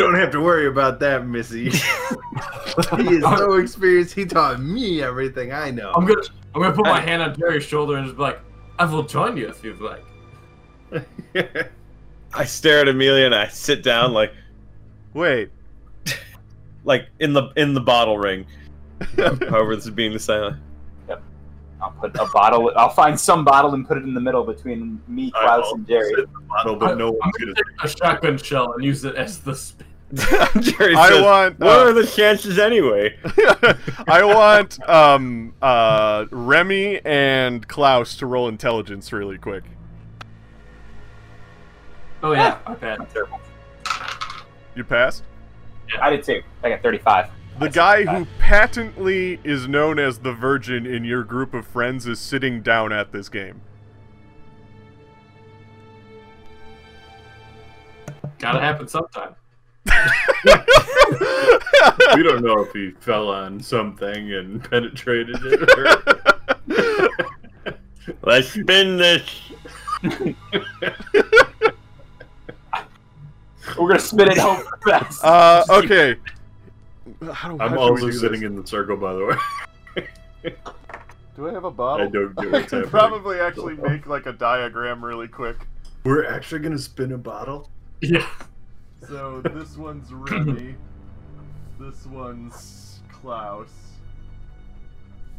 [SPEAKER 3] don't have to worry about that, Missy. he is so experienced. He taught me everything I know.
[SPEAKER 1] I'm gonna I'm gonna put my
[SPEAKER 4] I-
[SPEAKER 1] hand on Jerry's shoulder and just be like, I will join you if you'd like.
[SPEAKER 4] I stare at Amelia and I sit down like
[SPEAKER 2] Wait.
[SPEAKER 4] like in the in the bottle ring. However, this is being the silent.
[SPEAKER 6] I'll put a bottle. I'll find some bottle and put it in the middle between me,
[SPEAKER 3] I
[SPEAKER 6] Klaus,
[SPEAKER 3] will.
[SPEAKER 6] and Jerry.
[SPEAKER 3] Bottle, but no
[SPEAKER 1] I'm
[SPEAKER 3] one's
[SPEAKER 1] gonna
[SPEAKER 3] gonna.
[SPEAKER 1] take a shotgun shell and use it as the sp-
[SPEAKER 4] Jerry
[SPEAKER 2] I
[SPEAKER 4] says,
[SPEAKER 2] want.
[SPEAKER 4] What
[SPEAKER 2] uh,
[SPEAKER 4] are the chances anyway?
[SPEAKER 2] I want um, uh, Remy and Klaus to roll intelligence really quick.
[SPEAKER 1] Oh yeah, I passed.
[SPEAKER 6] I'm terrible.
[SPEAKER 2] You passed?
[SPEAKER 6] I did too. I got 35.
[SPEAKER 2] The guy who patently is known as the virgin in your group of friends is sitting down at this game.
[SPEAKER 1] Gotta happen sometime.
[SPEAKER 3] We don't know if he fell on something and penetrated it. Or...
[SPEAKER 4] Let's spin this.
[SPEAKER 6] We're gonna spit it over fast.
[SPEAKER 2] Uh, okay. How do, how
[SPEAKER 3] I'm
[SPEAKER 2] should we
[SPEAKER 3] also
[SPEAKER 2] do
[SPEAKER 3] sitting
[SPEAKER 2] this?
[SPEAKER 3] in the circle, by the way.
[SPEAKER 2] Do I have a
[SPEAKER 3] I
[SPEAKER 2] bottle?
[SPEAKER 3] don't get
[SPEAKER 2] I
[SPEAKER 3] what's
[SPEAKER 2] can
[SPEAKER 3] happening.
[SPEAKER 2] probably actually make like a diagram really quick.
[SPEAKER 3] We're actually gonna spin a bottle.
[SPEAKER 1] Yeah.
[SPEAKER 2] So this one's Remy, this one's Klaus,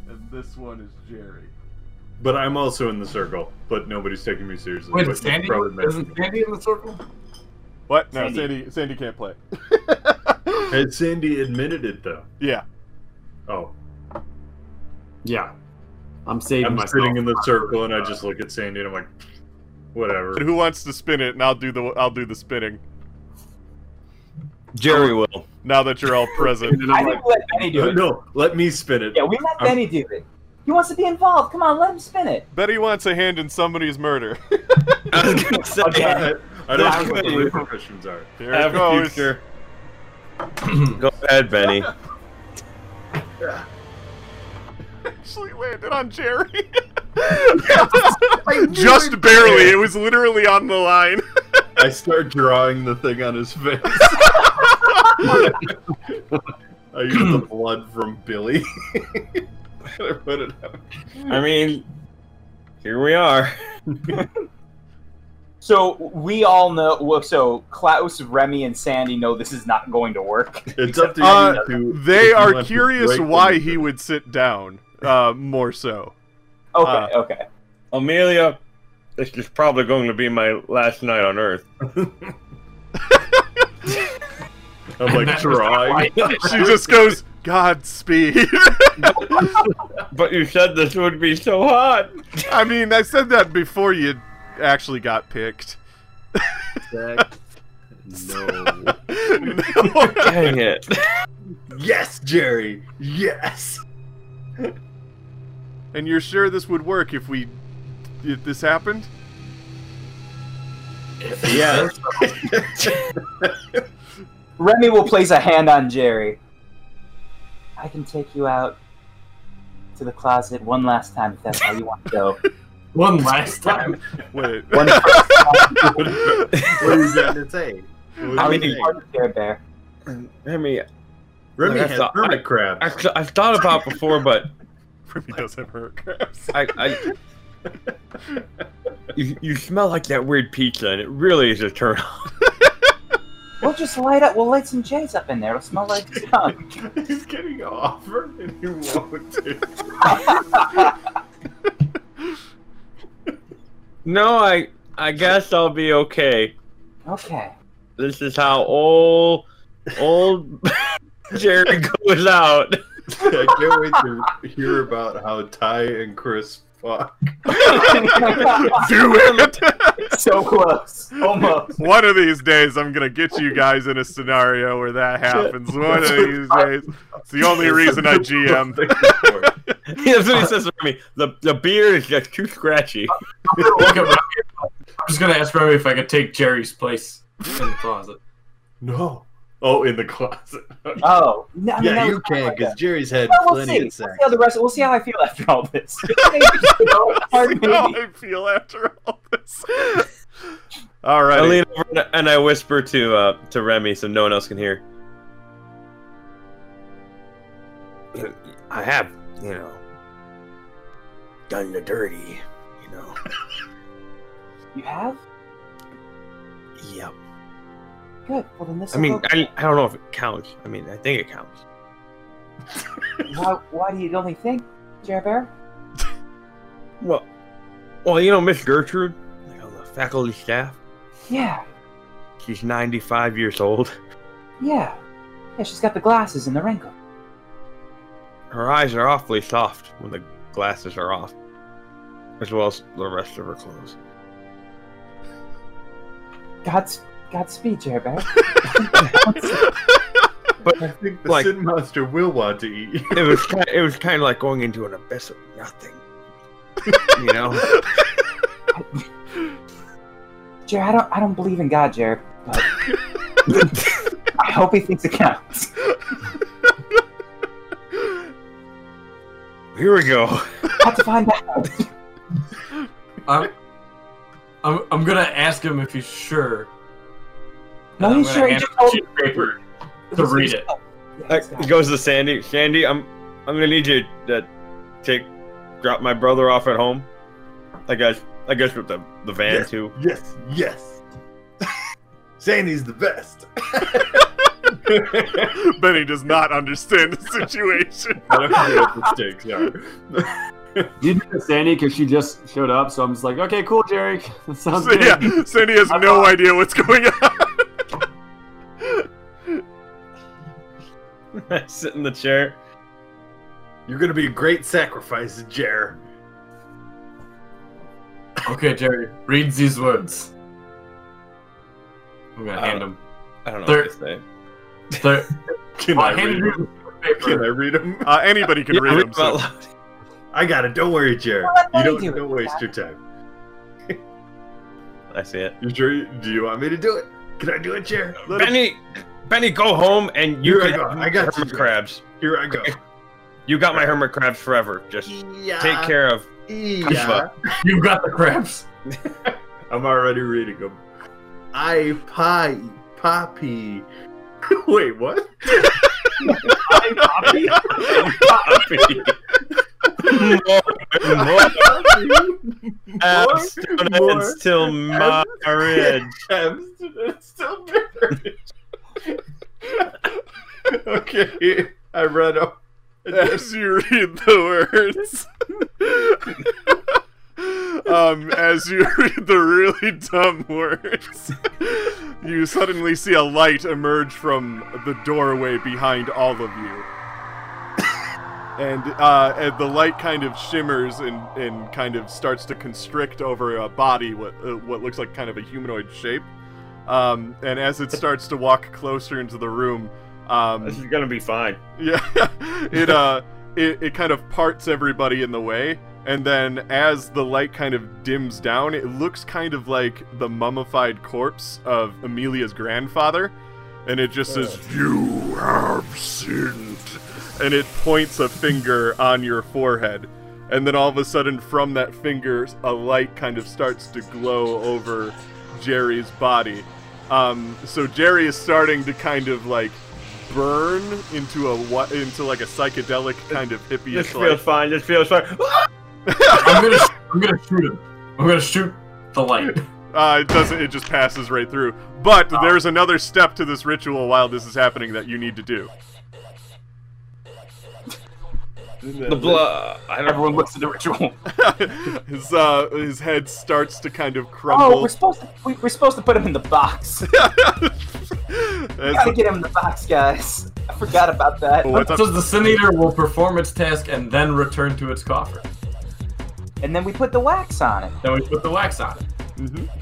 [SPEAKER 2] and this one is Jerry.
[SPEAKER 3] But I'm also in the circle, but nobody's taking me seriously.
[SPEAKER 1] Wait,
[SPEAKER 3] but
[SPEAKER 1] Sandy
[SPEAKER 3] probably meant
[SPEAKER 1] isn't Sandy in the circle?
[SPEAKER 2] What? No, Sandy.
[SPEAKER 6] Sandy.
[SPEAKER 2] Sandy can't play.
[SPEAKER 3] to- And Sandy admitted it though.
[SPEAKER 2] yeah.
[SPEAKER 3] Oh,
[SPEAKER 5] Yeah. I'm saving
[SPEAKER 3] I'm
[SPEAKER 5] myself.
[SPEAKER 3] sitting in the circle and I just look at Sandy and I'm like, whatever.
[SPEAKER 2] Who wants to spin it? And I'll do the I'll do the spinning.
[SPEAKER 4] Jerry will.
[SPEAKER 2] Now that you're all
[SPEAKER 5] And
[SPEAKER 2] present.
[SPEAKER 5] then
[SPEAKER 6] I
[SPEAKER 5] I'm
[SPEAKER 6] think
[SPEAKER 5] like,
[SPEAKER 6] we let Benny do it.
[SPEAKER 3] Uh, No, let me spin it.
[SPEAKER 6] Yeah, we let
[SPEAKER 2] Um,
[SPEAKER 3] I'm-
[SPEAKER 6] Benny do it. He wants to be involved. Come on, let him spin it.
[SPEAKER 2] Betty wants a hand in somebody's murder.
[SPEAKER 4] I was gonna say,
[SPEAKER 3] I I don't know what the
[SPEAKER 4] Yeah.
[SPEAKER 3] repercussions are.
[SPEAKER 2] Here it
[SPEAKER 4] have a
[SPEAKER 2] goes.
[SPEAKER 4] future. Go ahead, Benny.
[SPEAKER 2] Actually landed on Jerry.
[SPEAKER 3] I knew
[SPEAKER 2] Just
[SPEAKER 3] it.
[SPEAKER 2] barely. It was literally on the line.
[SPEAKER 3] I start drawing the thing on his face. I use the blood from Billy. I put it up.
[SPEAKER 4] I mean, here we are.
[SPEAKER 6] So we all know. well, So Klaus, Remy, and Sandy know this is not going to work.
[SPEAKER 3] It's up to you.
[SPEAKER 2] Uh,
[SPEAKER 3] to, if
[SPEAKER 2] They
[SPEAKER 3] you
[SPEAKER 2] are
[SPEAKER 3] want to
[SPEAKER 2] curious
[SPEAKER 3] break
[SPEAKER 2] why
[SPEAKER 3] them.
[SPEAKER 2] he would sit down. Uh, more so.
[SPEAKER 6] Okay,
[SPEAKER 2] Uh,
[SPEAKER 6] okay.
[SPEAKER 4] Amelia, this is probably going to be my last night on Earth.
[SPEAKER 3] I'm like drawing.
[SPEAKER 2] She just goes, Godspeed.
[SPEAKER 4] But you said this would be so hot.
[SPEAKER 2] I mean, I said that before you actually got picked.
[SPEAKER 3] no.
[SPEAKER 2] No.
[SPEAKER 4] Dang it.
[SPEAKER 3] Yes, Jerry. Yes.
[SPEAKER 2] And you're sure this would work if we if this happened?
[SPEAKER 4] Yeah.
[SPEAKER 6] Remy will place a hand on Jerry. I can take you out to the closet one last time if that's how you want to go.
[SPEAKER 1] One last time.
[SPEAKER 2] Wait.
[SPEAKER 6] One first time.
[SPEAKER 3] what are you trying to say? What
[SPEAKER 4] I
[SPEAKER 3] are you
[SPEAKER 4] mean-
[SPEAKER 3] saying?
[SPEAKER 6] part of Care Bear.
[SPEAKER 4] I mean,
[SPEAKER 3] Remy
[SPEAKER 4] Like I
[SPEAKER 3] has
[SPEAKER 4] thought- I-
[SPEAKER 3] hermit crabs.
[SPEAKER 4] I've, I've thought about before, but
[SPEAKER 2] Remy does have her crabs.
[SPEAKER 4] I, I you, you smell like that weird pizza, and it really is a turn off.
[SPEAKER 6] We'll just light up. We'll light some J's up in there. It'll smell like skunk.
[SPEAKER 3] He's getting an offer and he won't. take it.
[SPEAKER 4] No, I I guess I'll be okay.
[SPEAKER 6] Okay.
[SPEAKER 4] This is how old old Jerry goes out.
[SPEAKER 3] I can't wait to hear about how Ty and Chris fuck.
[SPEAKER 6] Oh.
[SPEAKER 2] Do it!
[SPEAKER 6] so close. Almost.
[SPEAKER 2] One of these days, I'm gonna get you guys in a scenario where that happens. One of these days, it's the only reason I GM.
[SPEAKER 4] That's what he says to me. The the beard is just too scratchy.
[SPEAKER 1] Look at Robbie. I'm just gonna ask Robbie if I could take Jerry's place in the closet.
[SPEAKER 3] No. Oh, in the closet.
[SPEAKER 6] Oh. No, I mean,
[SPEAKER 3] yeah,
[SPEAKER 6] that
[SPEAKER 3] you
[SPEAKER 6] was
[SPEAKER 3] can
[SPEAKER 6] kinda like
[SPEAKER 3] because
[SPEAKER 6] that.
[SPEAKER 3] Jerry's had
[SPEAKER 6] Well, we'll
[SPEAKER 3] plenty
[SPEAKER 6] see.
[SPEAKER 3] of
[SPEAKER 6] We'll see
[SPEAKER 3] sex.
[SPEAKER 6] how the rest. We'll see how I feel after all this. Hard
[SPEAKER 2] how
[SPEAKER 6] maybe.
[SPEAKER 2] Oh, I feel after all this. All right.
[SPEAKER 4] I lean over and- and I whisper to uh, to Remy so no one else can hear. I have, you know, done the dirty, you know.
[SPEAKER 6] You have?
[SPEAKER 4] Yep.
[SPEAKER 6] Good. Well, then this.
[SPEAKER 4] I
[SPEAKER 6] will
[SPEAKER 4] mean,
[SPEAKER 6] go-
[SPEAKER 4] I, I don't know if it counts. I mean, I think it counts.
[SPEAKER 6] why, why do you don't think, think, Jerry Bear?
[SPEAKER 4] Well, well, you know, Miss Gertrude, like on the faculty staff,
[SPEAKER 6] Yeah.
[SPEAKER 4] she's 95 years old.
[SPEAKER 6] Yeah. Yeah. She's got the glasses and the wrinkle.
[SPEAKER 4] Her eyes are awfully soft when the glasses are off, as well as the rest of her clothes.
[SPEAKER 6] God's Godspeed, Jerry Bear.
[SPEAKER 3] I think the
[SPEAKER 4] Like-
[SPEAKER 3] Sin Monster will want to eat
[SPEAKER 4] it was kind it was kind of like going into an abyss of nothing. You know,
[SPEAKER 6] Jerry, I don't. I don't believe in God, Jerry. But I hope he thinks it counts.
[SPEAKER 4] here we go.
[SPEAKER 6] Have to find out.
[SPEAKER 1] I'm, I'm, I'm gonna ask him if he's sure. And
[SPEAKER 6] No,
[SPEAKER 1] I'm
[SPEAKER 6] he's
[SPEAKER 1] gonna
[SPEAKER 6] sure, he
[SPEAKER 1] hand
[SPEAKER 6] just
[SPEAKER 1] him
[SPEAKER 6] told
[SPEAKER 1] a sheet of paper to read it.
[SPEAKER 6] Yeah,
[SPEAKER 4] Uh,
[SPEAKER 6] it's
[SPEAKER 4] He
[SPEAKER 6] got-
[SPEAKER 4] goes to Sandy. Sandy, I'm I'm gonna need you to take drop my brother off at home. I guess I guess with the the van
[SPEAKER 3] Yeah.
[SPEAKER 4] too.
[SPEAKER 3] Yes, yes. Sandy's the best.
[SPEAKER 2] Benny does not understand the situation.
[SPEAKER 3] I don't care what the stakes are.
[SPEAKER 5] You did this, Sandy, because she just showed up, so I'm just like, okay, cool, Jerry. That sounds
[SPEAKER 2] So,
[SPEAKER 5] good.
[SPEAKER 2] yeah, Sandy has no idea what's going on.
[SPEAKER 4] I sit in the chair.
[SPEAKER 3] You're gonna be a great sacrifice, Jer.
[SPEAKER 1] Okay, Jerry, read these words. I'm gonna
[SPEAKER 4] I
[SPEAKER 1] hand
[SPEAKER 3] Uh,
[SPEAKER 4] don't-
[SPEAKER 1] him.
[SPEAKER 4] I don't know what to say.
[SPEAKER 1] They're,
[SPEAKER 3] Can
[SPEAKER 1] I
[SPEAKER 3] I read
[SPEAKER 1] handed
[SPEAKER 3] them?
[SPEAKER 1] him the
[SPEAKER 3] Can I
[SPEAKER 1] paper.
[SPEAKER 3] read them?
[SPEAKER 2] Uh, anybody can
[SPEAKER 4] Yeah,
[SPEAKER 2] read
[SPEAKER 4] read
[SPEAKER 2] them.
[SPEAKER 4] them
[SPEAKER 2] So.
[SPEAKER 4] out loud.
[SPEAKER 3] I got it. Don't worry, Jer.
[SPEAKER 6] Well, let
[SPEAKER 3] You
[SPEAKER 6] me
[SPEAKER 3] don't
[SPEAKER 6] do it.
[SPEAKER 3] don't waste your time.
[SPEAKER 4] I see it.
[SPEAKER 3] You sure? you- Do you want me to do it? Can I do it, Jer? Let me-
[SPEAKER 4] Benny, Benny, go home and you
[SPEAKER 3] Here I
[SPEAKER 4] can
[SPEAKER 3] go.
[SPEAKER 4] have
[SPEAKER 3] I got you,
[SPEAKER 4] hermit
[SPEAKER 3] Jerry.
[SPEAKER 4] crabs.
[SPEAKER 3] Here I go.
[SPEAKER 4] You got my hermit crabs forever. Just
[SPEAKER 3] Yeah.
[SPEAKER 4] take care of
[SPEAKER 3] Yeah.
[SPEAKER 1] You got the crabs.
[SPEAKER 3] I'm already reading them. I pie poppy. Wait, what?
[SPEAKER 4] more, more abs
[SPEAKER 3] more
[SPEAKER 4] till marriage.
[SPEAKER 3] I'm still bitter. okay, I read up.
[SPEAKER 2] as you read the words. um, as you read the really dumb words, you suddenly see a light emerge from the doorway behind all of you. And, uh, and the light kind of shimmers and, and kind of starts to constrict over a body, what, uh, what looks like kind of a humanoid shape. Um, and as it starts to walk closer into the room, um,
[SPEAKER 4] This is gonna be fine.
[SPEAKER 2] yeah, it uh, it, it kind of parts everybody in the way, and then as the light kind of dims down, it looks kind of like the mummified corpse of Amelia's grandfather, and it just says, Uh. "You have sinned," and it points a finger on your forehead, and then all of a sudden, from that finger, a light kind of starts to glow over Jerry's body. Um, so Jerry is starting to kind of like burn into a what into like a psychedelic kind of
[SPEAKER 4] This
[SPEAKER 2] hippie-ish
[SPEAKER 4] feels
[SPEAKER 2] life.
[SPEAKER 4] fine. This feels fine.
[SPEAKER 1] I'm gonna, sh- I'm gonna shoot him. I'm gonna shoot the light.
[SPEAKER 2] Uh, it doesn't. It just passes right through. But there's another step to this ritual while this is happening that you need to do.
[SPEAKER 4] The blood. I don't
[SPEAKER 7] Everyone looks at the ritual.
[SPEAKER 2] his uh, his head starts to kind of
[SPEAKER 6] Oh, we're
[SPEAKER 2] crumble.
[SPEAKER 6] supposed to we, we're supposed to put him in the box.
[SPEAKER 2] As
[SPEAKER 6] Gotta
[SPEAKER 2] the-
[SPEAKER 6] get him in the box, guys. I forgot about that.
[SPEAKER 2] what's up?
[SPEAKER 1] So the Sin Eater will perform its task and then return to its coffer.
[SPEAKER 6] And then we put the wax on it.
[SPEAKER 1] Then we put the wax on it.
[SPEAKER 2] Mhm.
[SPEAKER 1] So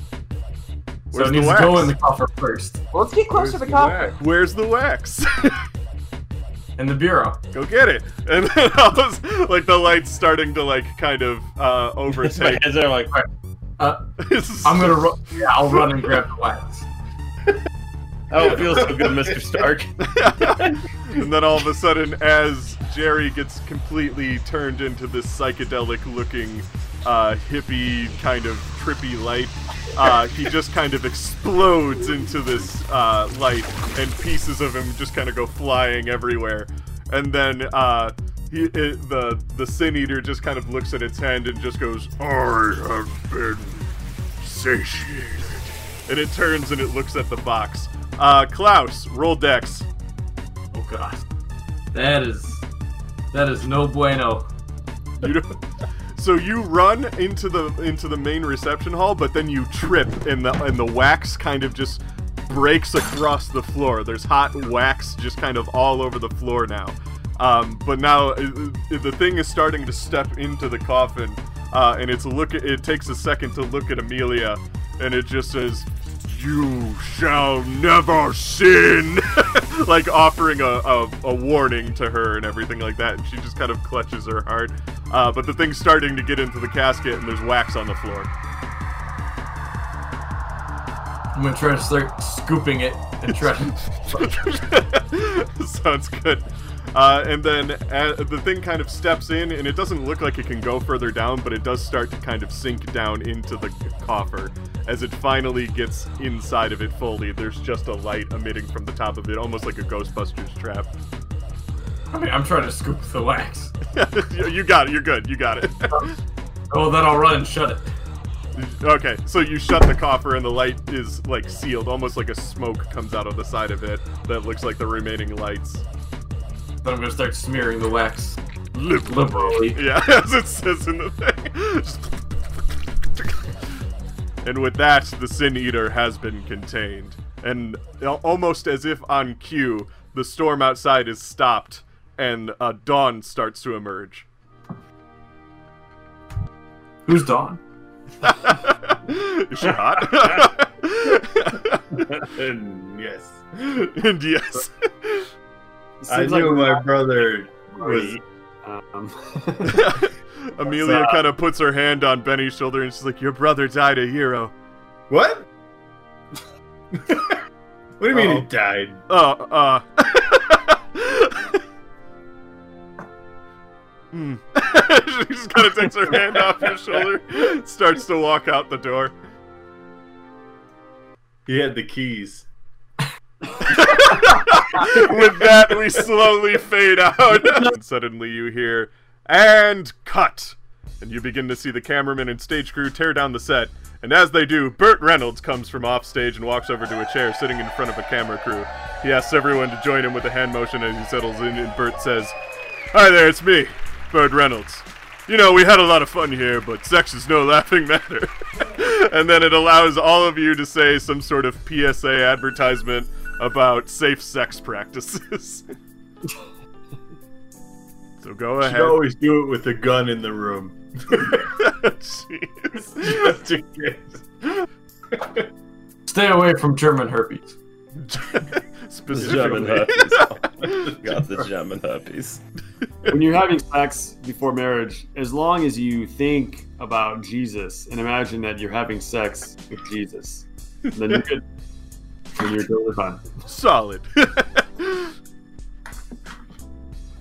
[SPEAKER 2] Where's
[SPEAKER 1] it
[SPEAKER 2] the
[SPEAKER 1] needs to
[SPEAKER 2] wax?
[SPEAKER 1] go in Mm-hmm. the coffer first.
[SPEAKER 6] Well, let's get closer to the copper.
[SPEAKER 2] Where's the wax?
[SPEAKER 1] In the bureau.
[SPEAKER 2] go get it. And then I was like, the light's starting to like kind of uh,
[SPEAKER 4] My
[SPEAKER 2] overtake.
[SPEAKER 4] heads are like,
[SPEAKER 1] Uh, I'm gonna run. Yeah, I'll run and grab the wax.
[SPEAKER 4] oh, it feels so good, Mr. Stark.
[SPEAKER 2] and then all of a sudden, as Jerry gets completely turned into this psychedelic-looking, uh, hippie kind of trippy light, uh, he just kind of explodes into this uh, light, and pieces of him just kind of go flying everywhere. And then uh, he, it, the the sin eater just kind of looks at its hand and just goes, "I have been satiated." And it turns and it looks at the box. Uh, Klaus, roll dex.
[SPEAKER 1] Oh god. That is. That is no bueno.
[SPEAKER 2] You don't, so you run into the into the main reception hall, but then you trip, and the and the wax kind of just breaks across the floor. There's hot wax just kind of all over the floor now. Um, but now i- i- the thing is starting to step into the coffin, uh, and it's look. It takes a second to look at Amelia, and it just says, "You shall never sin," like offering a, a, a warning to her and everything like that. And she just kind of clutches her heart. Uh, but the thing's starting to get into the casket, and there's wax on the floor.
[SPEAKER 1] I'm gonna try to start scooping it and try to.
[SPEAKER 2] Sounds good. Uh, and then uh, the thing kind of steps in, and it doesn't look like it can go further down, but it does start to kind of sink down into the coffer. As it finally gets inside of it fully, there's just a light emitting from the top of it, almost like a Ghostbusters trap.
[SPEAKER 1] I mean, I'm trying to scoop the wax.
[SPEAKER 2] You- you got it. You're good. You got it.
[SPEAKER 1] Oh, then I'll run and shut it.
[SPEAKER 2] okay, so you shut the coffer, and the light is like sealed, almost like a smoke comes out of the side of it that looks like the remaining lights.
[SPEAKER 1] Then I'm gonna start smearing the wax
[SPEAKER 2] Liberal.
[SPEAKER 1] liberally.
[SPEAKER 2] Yeah, as it says in the thing. Just- and with that, the Sin Eater has been contained. And al- almost as if on cue, the storm outside is stopped and uh, dawn starts to emerge.
[SPEAKER 1] Who's Dawn?
[SPEAKER 2] Is she hot?
[SPEAKER 7] yes.
[SPEAKER 2] and yes.
[SPEAKER 7] I
[SPEAKER 5] Seems like
[SPEAKER 7] knew my brother was.
[SPEAKER 5] Marty, um,
[SPEAKER 2] Amelia
[SPEAKER 7] up?
[SPEAKER 2] kind of puts her hand on Benny's shoulder and she's like, Your brother died a hero.
[SPEAKER 7] What? what do you mean
[SPEAKER 2] Oh.
[SPEAKER 7] he died?
[SPEAKER 2] Uh, uh. hmm. she just kind of takes her hand off your shoulder, starts to walk out the door.
[SPEAKER 7] He had the keys.
[SPEAKER 2] With that, we slowly fade out. Oh, and suddenly you hear, and cut. And you begin to see the cameraman and stage crew tear down the set. And as they do, Burt Reynolds comes from offstage and walks over to a chair sitting in front of a camera crew. He asks everyone to join him with a hand motion as he settles in, and Burt says, Hi there, it's me, Burt Reynolds. You know, we had a lot of fun here, but sex is no laughing matter. and then it allows all of you to say some sort of PSA advertisement about safe sex practices. so go
[SPEAKER 7] Should
[SPEAKER 2] ahead.
[SPEAKER 7] always do it with a gun in the room.
[SPEAKER 2] Jeez.
[SPEAKER 7] Just in case.
[SPEAKER 1] Stay away from German herpes.
[SPEAKER 4] The German
[SPEAKER 2] Specifically.
[SPEAKER 4] huppies. Got the German huppies.
[SPEAKER 5] when you're having sex before marriage, as long as you think about Jesus and imagine that you're having sex with Jesus, then you're good. Then you're totally fine.
[SPEAKER 2] Solid.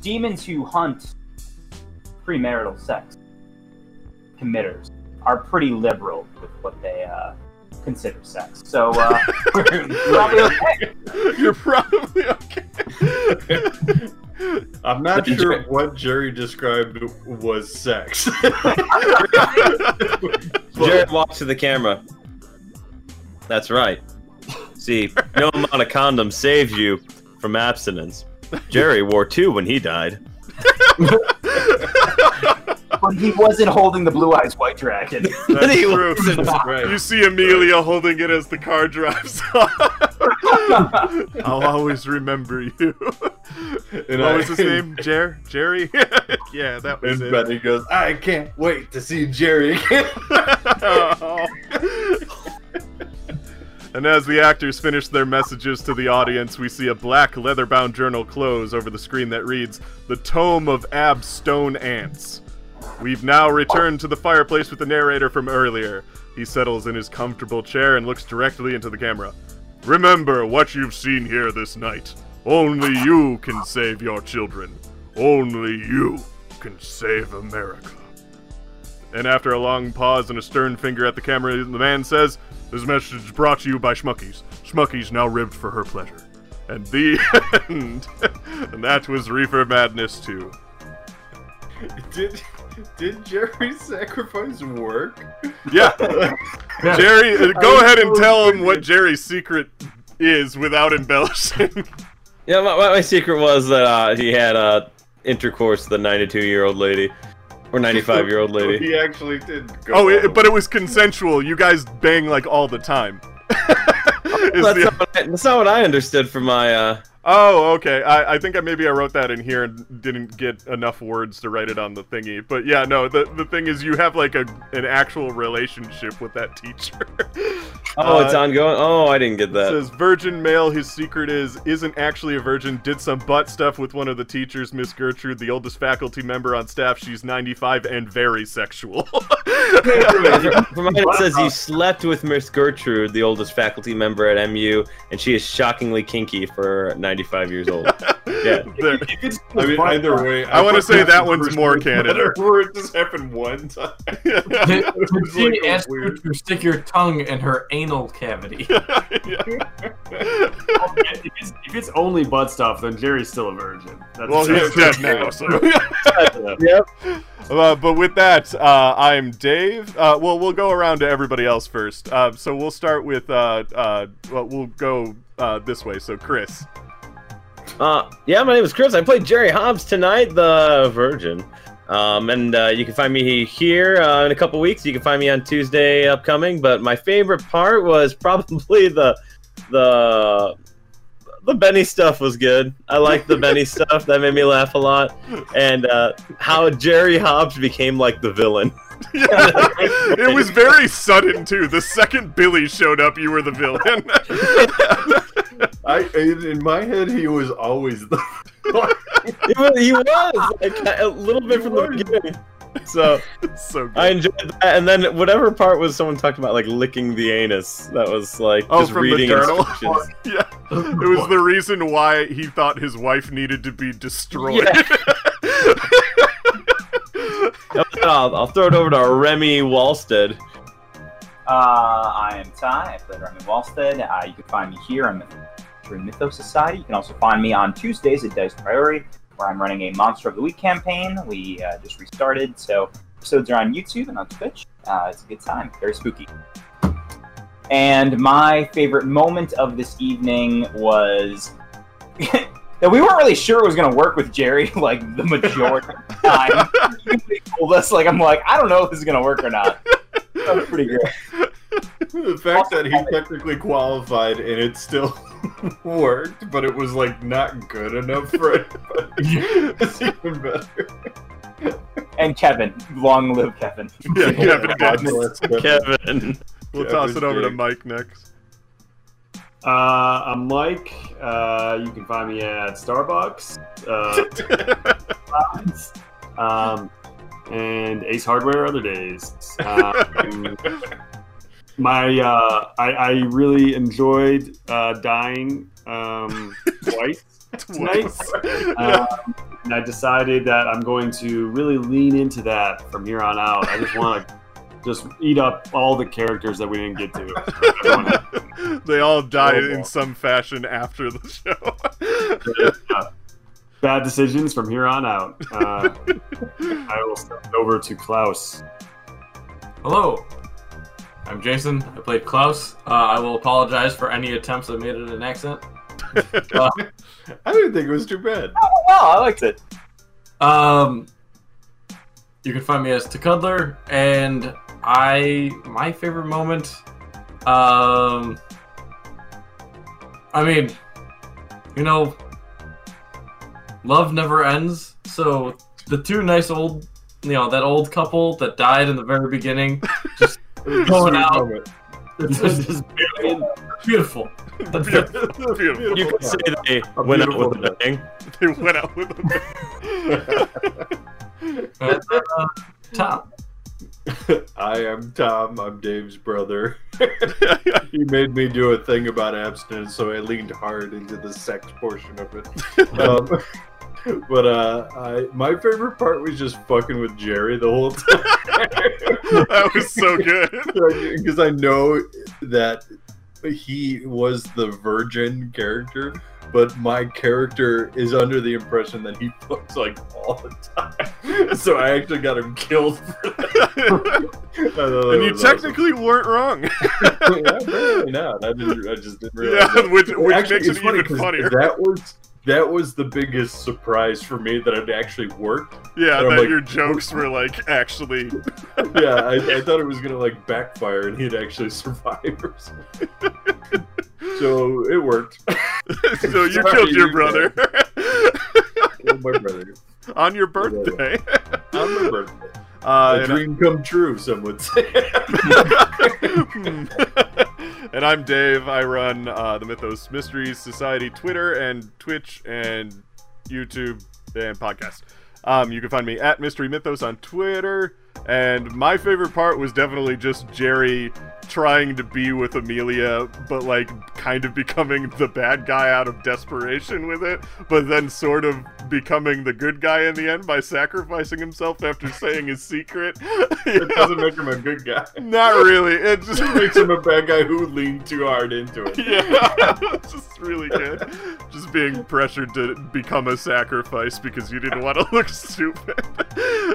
[SPEAKER 6] Demons who hunt premarital sex committers are pretty liberal with what they uh, consider sex. So uh, we're probably okay.
[SPEAKER 2] You're probably okay.
[SPEAKER 7] I'm not
[SPEAKER 4] Did
[SPEAKER 7] sure
[SPEAKER 4] Jer-
[SPEAKER 7] what Jerry described was sex.
[SPEAKER 4] Jared walks to the camera. That's right. See, no amount of condoms saved you from abstinence. Jerry wore two when he died.
[SPEAKER 6] but he wasn't holding the blue eyes white dragon.
[SPEAKER 4] But he
[SPEAKER 2] true.
[SPEAKER 4] wasn't.
[SPEAKER 2] You see Amelia holding it as the car drives off. I'll always remember you.
[SPEAKER 7] And
[SPEAKER 2] what
[SPEAKER 7] I-
[SPEAKER 2] was his name? Jer? Jerry? yeah, that was
[SPEAKER 7] And
[SPEAKER 2] it.
[SPEAKER 7] Benny goes, I can't wait to see Jerry again.
[SPEAKER 2] Oh. and as the actors finish their messages to the audience, we see a black leather bound journal close over the screen that reads The Tome of Ab Stone Ants. We've now returned to the fireplace with the narrator from earlier. He settles in his comfortable chair and looks directly into the camera. Remember what you've seen here this night. Only you can save your children. Only you can save America. And after a long pause and a stern finger at the camera, the man says, This message is brought to you by Schmuckies. Schmuckies now ribbed for her pleasure. And the end. and that was Reefer Madness 2.
[SPEAKER 7] did did Jerry sacrifice work?
[SPEAKER 2] Yeah.
[SPEAKER 1] Yeah.
[SPEAKER 2] Jerry, uh, go ahead and tell him what Jerry's secret is without embellishing.
[SPEAKER 4] Yeah, my, my my secret was that uh, he had uh, intercourse with a 92 year old lady or 95 year old lady.
[SPEAKER 7] He actually did go.
[SPEAKER 2] oh,
[SPEAKER 7] all the
[SPEAKER 2] it, but it was consensual. You guys bang like all the time. Is
[SPEAKER 4] That's
[SPEAKER 2] the-
[SPEAKER 4] not, what I, that's not what I understood from my. Uh,
[SPEAKER 2] Oh, okay. I, I think I maybe I wrote that in here and didn't get enough words to write it on the thingy. But yeah, no. The the thing is, you have like a an actual relationship with that teacher.
[SPEAKER 4] oh,
[SPEAKER 2] Uh,
[SPEAKER 4] it's ongoing. Oh, I didn't get
[SPEAKER 2] It
[SPEAKER 4] that.
[SPEAKER 2] says virgin male. His secret is isn't actually a virgin. Did some butt stuff with one of the teachers, Miss Gertrude, the oldest faculty member on staff. She's 95 and very sexual.
[SPEAKER 4] For mine, it says you slept with Miss Gertrude, the oldest faculty member at MU, and she is shockingly kinky for 95 years old. Yeah.
[SPEAKER 2] There-
[SPEAKER 5] If it's
[SPEAKER 7] I mean, either way,
[SPEAKER 2] I wanna
[SPEAKER 7] thought
[SPEAKER 2] say
[SPEAKER 7] that's
[SPEAKER 2] that
[SPEAKER 7] the
[SPEAKER 2] one's
[SPEAKER 7] first
[SPEAKER 2] more
[SPEAKER 7] one
[SPEAKER 2] Canada.
[SPEAKER 7] better, Where it just happened one time.
[SPEAKER 1] Did,
[SPEAKER 2] Yeah.
[SPEAKER 1] did
[SPEAKER 7] was
[SPEAKER 1] she
[SPEAKER 7] like a
[SPEAKER 1] ask
[SPEAKER 7] weird-
[SPEAKER 1] you to stick your tongue in her anal cavity?
[SPEAKER 5] if it's, if it's only butt stuff, then Jerry's still a virgin. That's
[SPEAKER 2] Well, he's
[SPEAKER 5] that's-
[SPEAKER 2] dead now, so.
[SPEAKER 4] Yep.
[SPEAKER 2] Uh, but with that, uh, I'm Dave. Uh, well, we'll go around to everybody else first. Uh, so we'll start with. Uh, uh, well, we'll go uh, this way. So Chris.
[SPEAKER 4] Uh, yeah, my name is Chris. I played Jerry Hobbs tonight, the Virgin. Um, and uh, you can find me here uh, in a couple weeks. You can find me on Tuesday upcoming. But my favorite part was probably the the the Benny stuff was good. I liked the Benny stuff. That made me laugh a lot. And uh, how Jerry Hobbs became like the villain.
[SPEAKER 2] it was very sudden too. The second Billy showed up, you were the villain.
[SPEAKER 7] I in in my head he was always the.
[SPEAKER 4] He was, he was like, a little bit from the beginning. So.
[SPEAKER 2] so good.
[SPEAKER 4] I enjoyed that, and then whatever part was someone talked about like licking the anus. That was like
[SPEAKER 2] Oh,
[SPEAKER 4] just
[SPEAKER 2] from the
[SPEAKER 4] reading
[SPEAKER 2] journal?
[SPEAKER 4] instructions.
[SPEAKER 2] yeah, it was the reason why he thought his wife needed to be destroyed.
[SPEAKER 4] Oh, I'll, I'll throw it over to Remy Walstead.
[SPEAKER 6] Uh, I am Ty. I play Remy Walstead. Uh, you can find me here on the through Mythos Society. You can also find me on Tuesdays at Dice Priority, where I'm running a Monster of the Week campaign. We uh, just restarted, so episodes are on YouTube and on Twitch. Uh, it's a good time. Very spooky. And my favorite moment of this evening was that we weren't really sure it was going to work with Jerry, like the majority of the time. He told us, like, I'm like, I don't know if this is going to work or not. That was pretty great.
[SPEAKER 7] the fact that he technically qualified and it still worked, but it was like not good enough for it. it's even better.
[SPEAKER 6] and Kevin. Long live Kevin.
[SPEAKER 2] yeah, Kevin
[SPEAKER 7] God
[SPEAKER 2] did.
[SPEAKER 7] bless him.
[SPEAKER 4] Kevin.
[SPEAKER 2] We'll toss it
[SPEAKER 7] Kevin's
[SPEAKER 2] over to
[SPEAKER 7] dick.
[SPEAKER 2] Mike next.
[SPEAKER 5] Uh, I'm Mike. Uh, you can find me at Starbucks, uh, um, and Ace Hardware other days. Um, my, uh, I, I really enjoyed uh, dying um, twice tonight, um, and I decided that I'm going to really lean into that from here on out. I just want to just eat up all the characters that we didn't get to. Everyone else.
[SPEAKER 2] they all died
[SPEAKER 5] Horrible.
[SPEAKER 2] in some fashion after the show.
[SPEAKER 5] bad decisions from here on out. Uh, I will step it over to Klaus.
[SPEAKER 1] Hello, I'm Jason. I played Klaus. Uh, I will apologize for any attempts I made at an accent.
[SPEAKER 7] I didn't think it was too bad.
[SPEAKER 6] Oh, wow, I liked it.
[SPEAKER 1] Um, You can find me as Tuckudler, and I my favorite moment. Um, I mean, you know, love never ends. So the two nice old, you know, that old couple that died in the very beginning, just going out. It's just, just beautiful. beautiful. That's it.
[SPEAKER 2] Beautiful. beautiful.
[SPEAKER 4] You could say they went out with a bang.
[SPEAKER 2] They went out with a
[SPEAKER 1] And, uh, Tom.
[SPEAKER 3] I am Tom. I'm Dave's brother. he made me do a thing about abstinence, so I leaned hard into the sex portion of it. Um, but uh, I, my favorite part was just fucking with Jerry the whole time.
[SPEAKER 2] That was so good.
[SPEAKER 3] because I know that he was the virgin character, but my character is under the impression that he fucks like all the time. So I actually got him killed. For that.
[SPEAKER 2] and you technically weren't wrong.
[SPEAKER 3] yeah, apparently not. I didn't. I just didn't realize.
[SPEAKER 2] yeah,
[SPEAKER 3] that.
[SPEAKER 2] which, which
[SPEAKER 3] Actually,
[SPEAKER 2] makes
[SPEAKER 3] it's
[SPEAKER 2] it
[SPEAKER 3] funny
[SPEAKER 2] even
[SPEAKER 3] 'cause
[SPEAKER 2] funnier.
[SPEAKER 3] That was that was the biggest surprise for me that it actually worked.
[SPEAKER 2] yeah,
[SPEAKER 3] I'm
[SPEAKER 2] that
[SPEAKER 3] like-
[SPEAKER 2] your jokes were like actually.
[SPEAKER 3] yeah, I, I thought it was gonna like backfire and he'd actually survive or something. so it worked.
[SPEAKER 2] so you
[SPEAKER 3] Sorry,
[SPEAKER 2] killed your
[SPEAKER 3] you
[SPEAKER 2] brother
[SPEAKER 3] Killed my brother
[SPEAKER 2] on your birthday.
[SPEAKER 3] on my birthday.
[SPEAKER 2] Uh,
[SPEAKER 3] a
[SPEAKER 2] and
[SPEAKER 3] dream come true, some would say.
[SPEAKER 2] Hmm. and I'm Dave. I run uh, the Mythos Mysteries Society Twitter and Twitch and YouTube and podcast. Um, you can find me at Mystery Mythos on Twitter. And my favorite part was definitely just Jerry trying to be with Amelia, but like kind of becoming the bad guy out of desperation with it, but then sort of becoming the good guy in the end by sacrificing himself after saying his secret. You
[SPEAKER 3] it
[SPEAKER 2] know?
[SPEAKER 3] doesn't make him a good guy.
[SPEAKER 2] Not really. It just
[SPEAKER 3] It makes him a bad guy who leaned too hard into it.
[SPEAKER 2] yeah, it's just really good. Just being pressured to become a sacrifice because you didn't want to look stupid.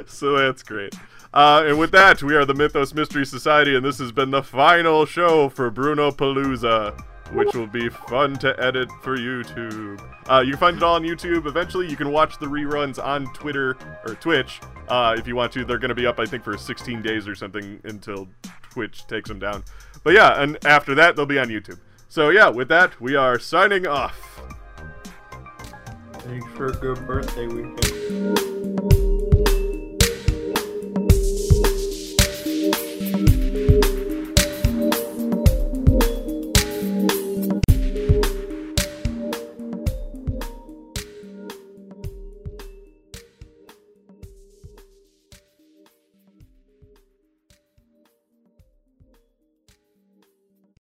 [SPEAKER 2] so that's great. Uh, and with that, we are the Mythos Mystery Society, and this has been the final show for Bruno Palooza, which will be fun to edit for YouTube. Uh, you can find it all on YouTube. Eventually, you can watch the reruns on Twitter or Twitch uh, if you want to. They're going to be up, I think, for 16 days or something until Twitch takes them down. But yeah, and after that, they'll be on YouTube. So yeah, with that, we are signing off.
[SPEAKER 3] Thanks for a good birthday weekend.